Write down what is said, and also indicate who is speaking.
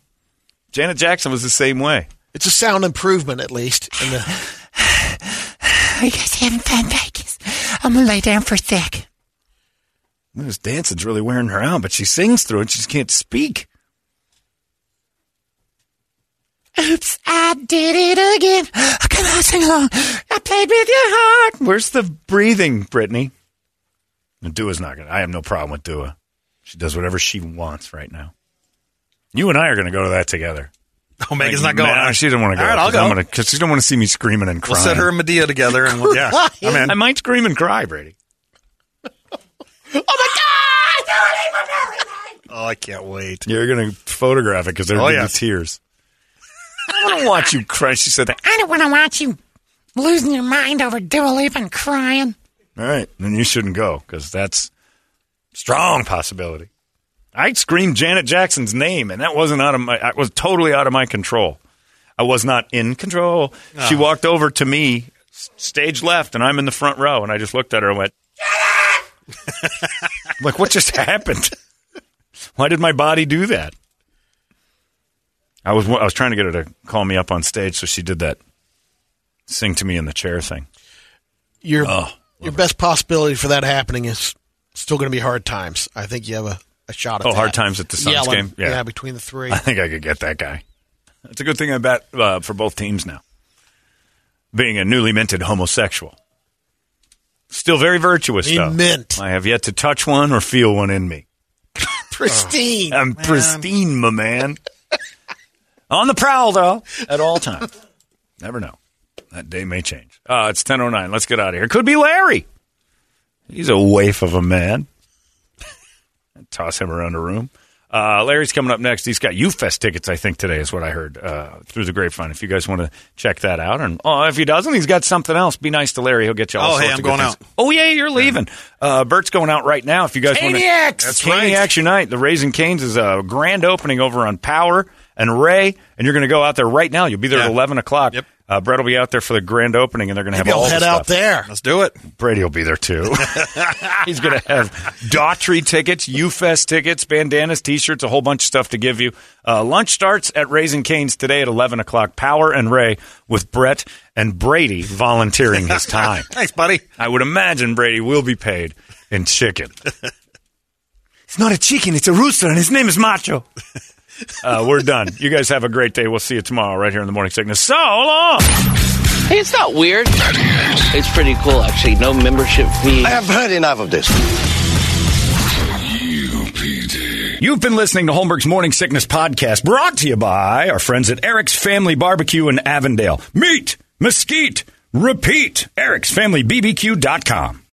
Speaker 1: Janet Jackson was the same way.
Speaker 2: It's a sound improvement, at least. in the-
Speaker 3: Are you guys having fun, Vegas? I'm gonna lay down for a sec.
Speaker 1: And This dancing's really wearing her out, but she sings through it. She just can't speak.
Speaker 3: Oops, I did it again. Oh, come on, sing along. I played with your heart.
Speaker 1: Where's the breathing, Brittany? And Dua's not going to. I have no problem with Dua. She does whatever she wants right now. You and I are going to go to that together.
Speaker 4: Oh, Megan's
Speaker 1: Like,
Speaker 4: not going.
Speaker 1: man, She doesn't want to go.
Speaker 4: All right, I'll
Speaker 1: 'cause I'm
Speaker 4: go.
Speaker 1: gonna- Cause she don't want to see me screaming and
Speaker 4: We'll
Speaker 1: crying.
Speaker 4: set her and Medea together, and we'll, yeah, I'm in.
Speaker 1: I might scream and cry, Brady.
Speaker 4: Oh, I can't wait.
Speaker 1: You're going to photograph it because there
Speaker 4: Oh,
Speaker 1: will be
Speaker 4: yeah.
Speaker 1: the tears. I want to watch you cry. She said that.
Speaker 3: I don't want to watch you losing your mind over Dua Lipa and crying.
Speaker 1: All right. Then you shouldn't go because that's strong possibility. I screamed Janet Jackson's name, and that wasn't out of my. I was totally out of my control. I was not in control. She walked over to me, s- stage left, and I'm in the front row, and I just looked at her and went, "I'm like, what just happened? Why did my body do that? I was I was trying to get her to call me up on stage, so she did that sing to me in the chair thing.
Speaker 2: your
Speaker 1: Oh,
Speaker 2: your best possibility for that happening is still going to be hard times. I think you have a, a shot at
Speaker 1: Oh,
Speaker 2: that.
Speaker 1: hard times at the Suns
Speaker 2: Yelling.
Speaker 1: game? Yeah.
Speaker 2: Yeah. between the three.
Speaker 1: I think I could get that guy. It's a good thing I bet uh, for both teams now. Being a newly minted homosexual, still very virtuous.
Speaker 2: Be
Speaker 1: though.
Speaker 2: mint.
Speaker 1: I have yet to touch one or feel one in me.
Speaker 2: Pristine.
Speaker 1: I'm pristine, my man. On the prowl though, at all times. Never know. That day may change. Uh, it's ten oh nine. Let's get out of here. Could be Larry. He's a waif of a man. Toss him around the room. Uh, Larry's coming up next. He's got UFest tickets, I think, today is what I heard uh, through the grapevine. If you guys want to check that out, and oh, if he doesn't, he's got something else. Be nice to Larry; he'll get you. All
Speaker 4: Oh, hey, I'm
Speaker 1: sorts of good
Speaker 4: going
Speaker 1: things.
Speaker 4: out.
Speaker 1: Oh yeah, you're leaving. Uh, Bert's going out right now. If you guys want to, that's Caniacs Unite. The Raising Canes is a grand opening over on Power and Ray, and you're going to go out there right now. You'll be there at
Speaker 4: Yeah.
Speaker 1: eleven o'clock.
Speaker 4: Yep.
Speaker 1: Uh, Brett will be out there for the grand opening, and they're going to have
Speaker 2: Maybe I'll
Speaker 1: all
Speaker 2: head
Speaker 1: the
Speaker 2: out
Speaker 1: stuff.
Speaker 2: there.
Speaker 4: Let's do it.
Speaker 1: Brady will be there too. He's going to have Daughtry tickets, UFest tickets, bandanas, t-shirts, a whole bunch of stuff to give you. Uh, lunch starts at Raising Canes today at eleven o'clock. Power and Ray with Brett and Brady volunteering his time.
Speaker 4: Thanks, buddy.
Speaker 1: I would imagine Brady will be paid in chicken. it's not a chicken, it's a rooster, and his name is Macho. uh, we're done. You guys have a great day. We'll see you tomorrow right here in the morning sickness. So long.
Speaker 5: Hey, it's not weird. It's pretty cool, actually. No membership fee.
Speaker 6: have heard enough of this.
Speaker 7: UPD.
Speaker 8: You've been listening to Holmberg's Morning Sickness Podcast, brought to you by our friends at Eric's Family Barbecue in Avondale. Meet, mesquite, repeat. Eric'sFamilyBBQ.com.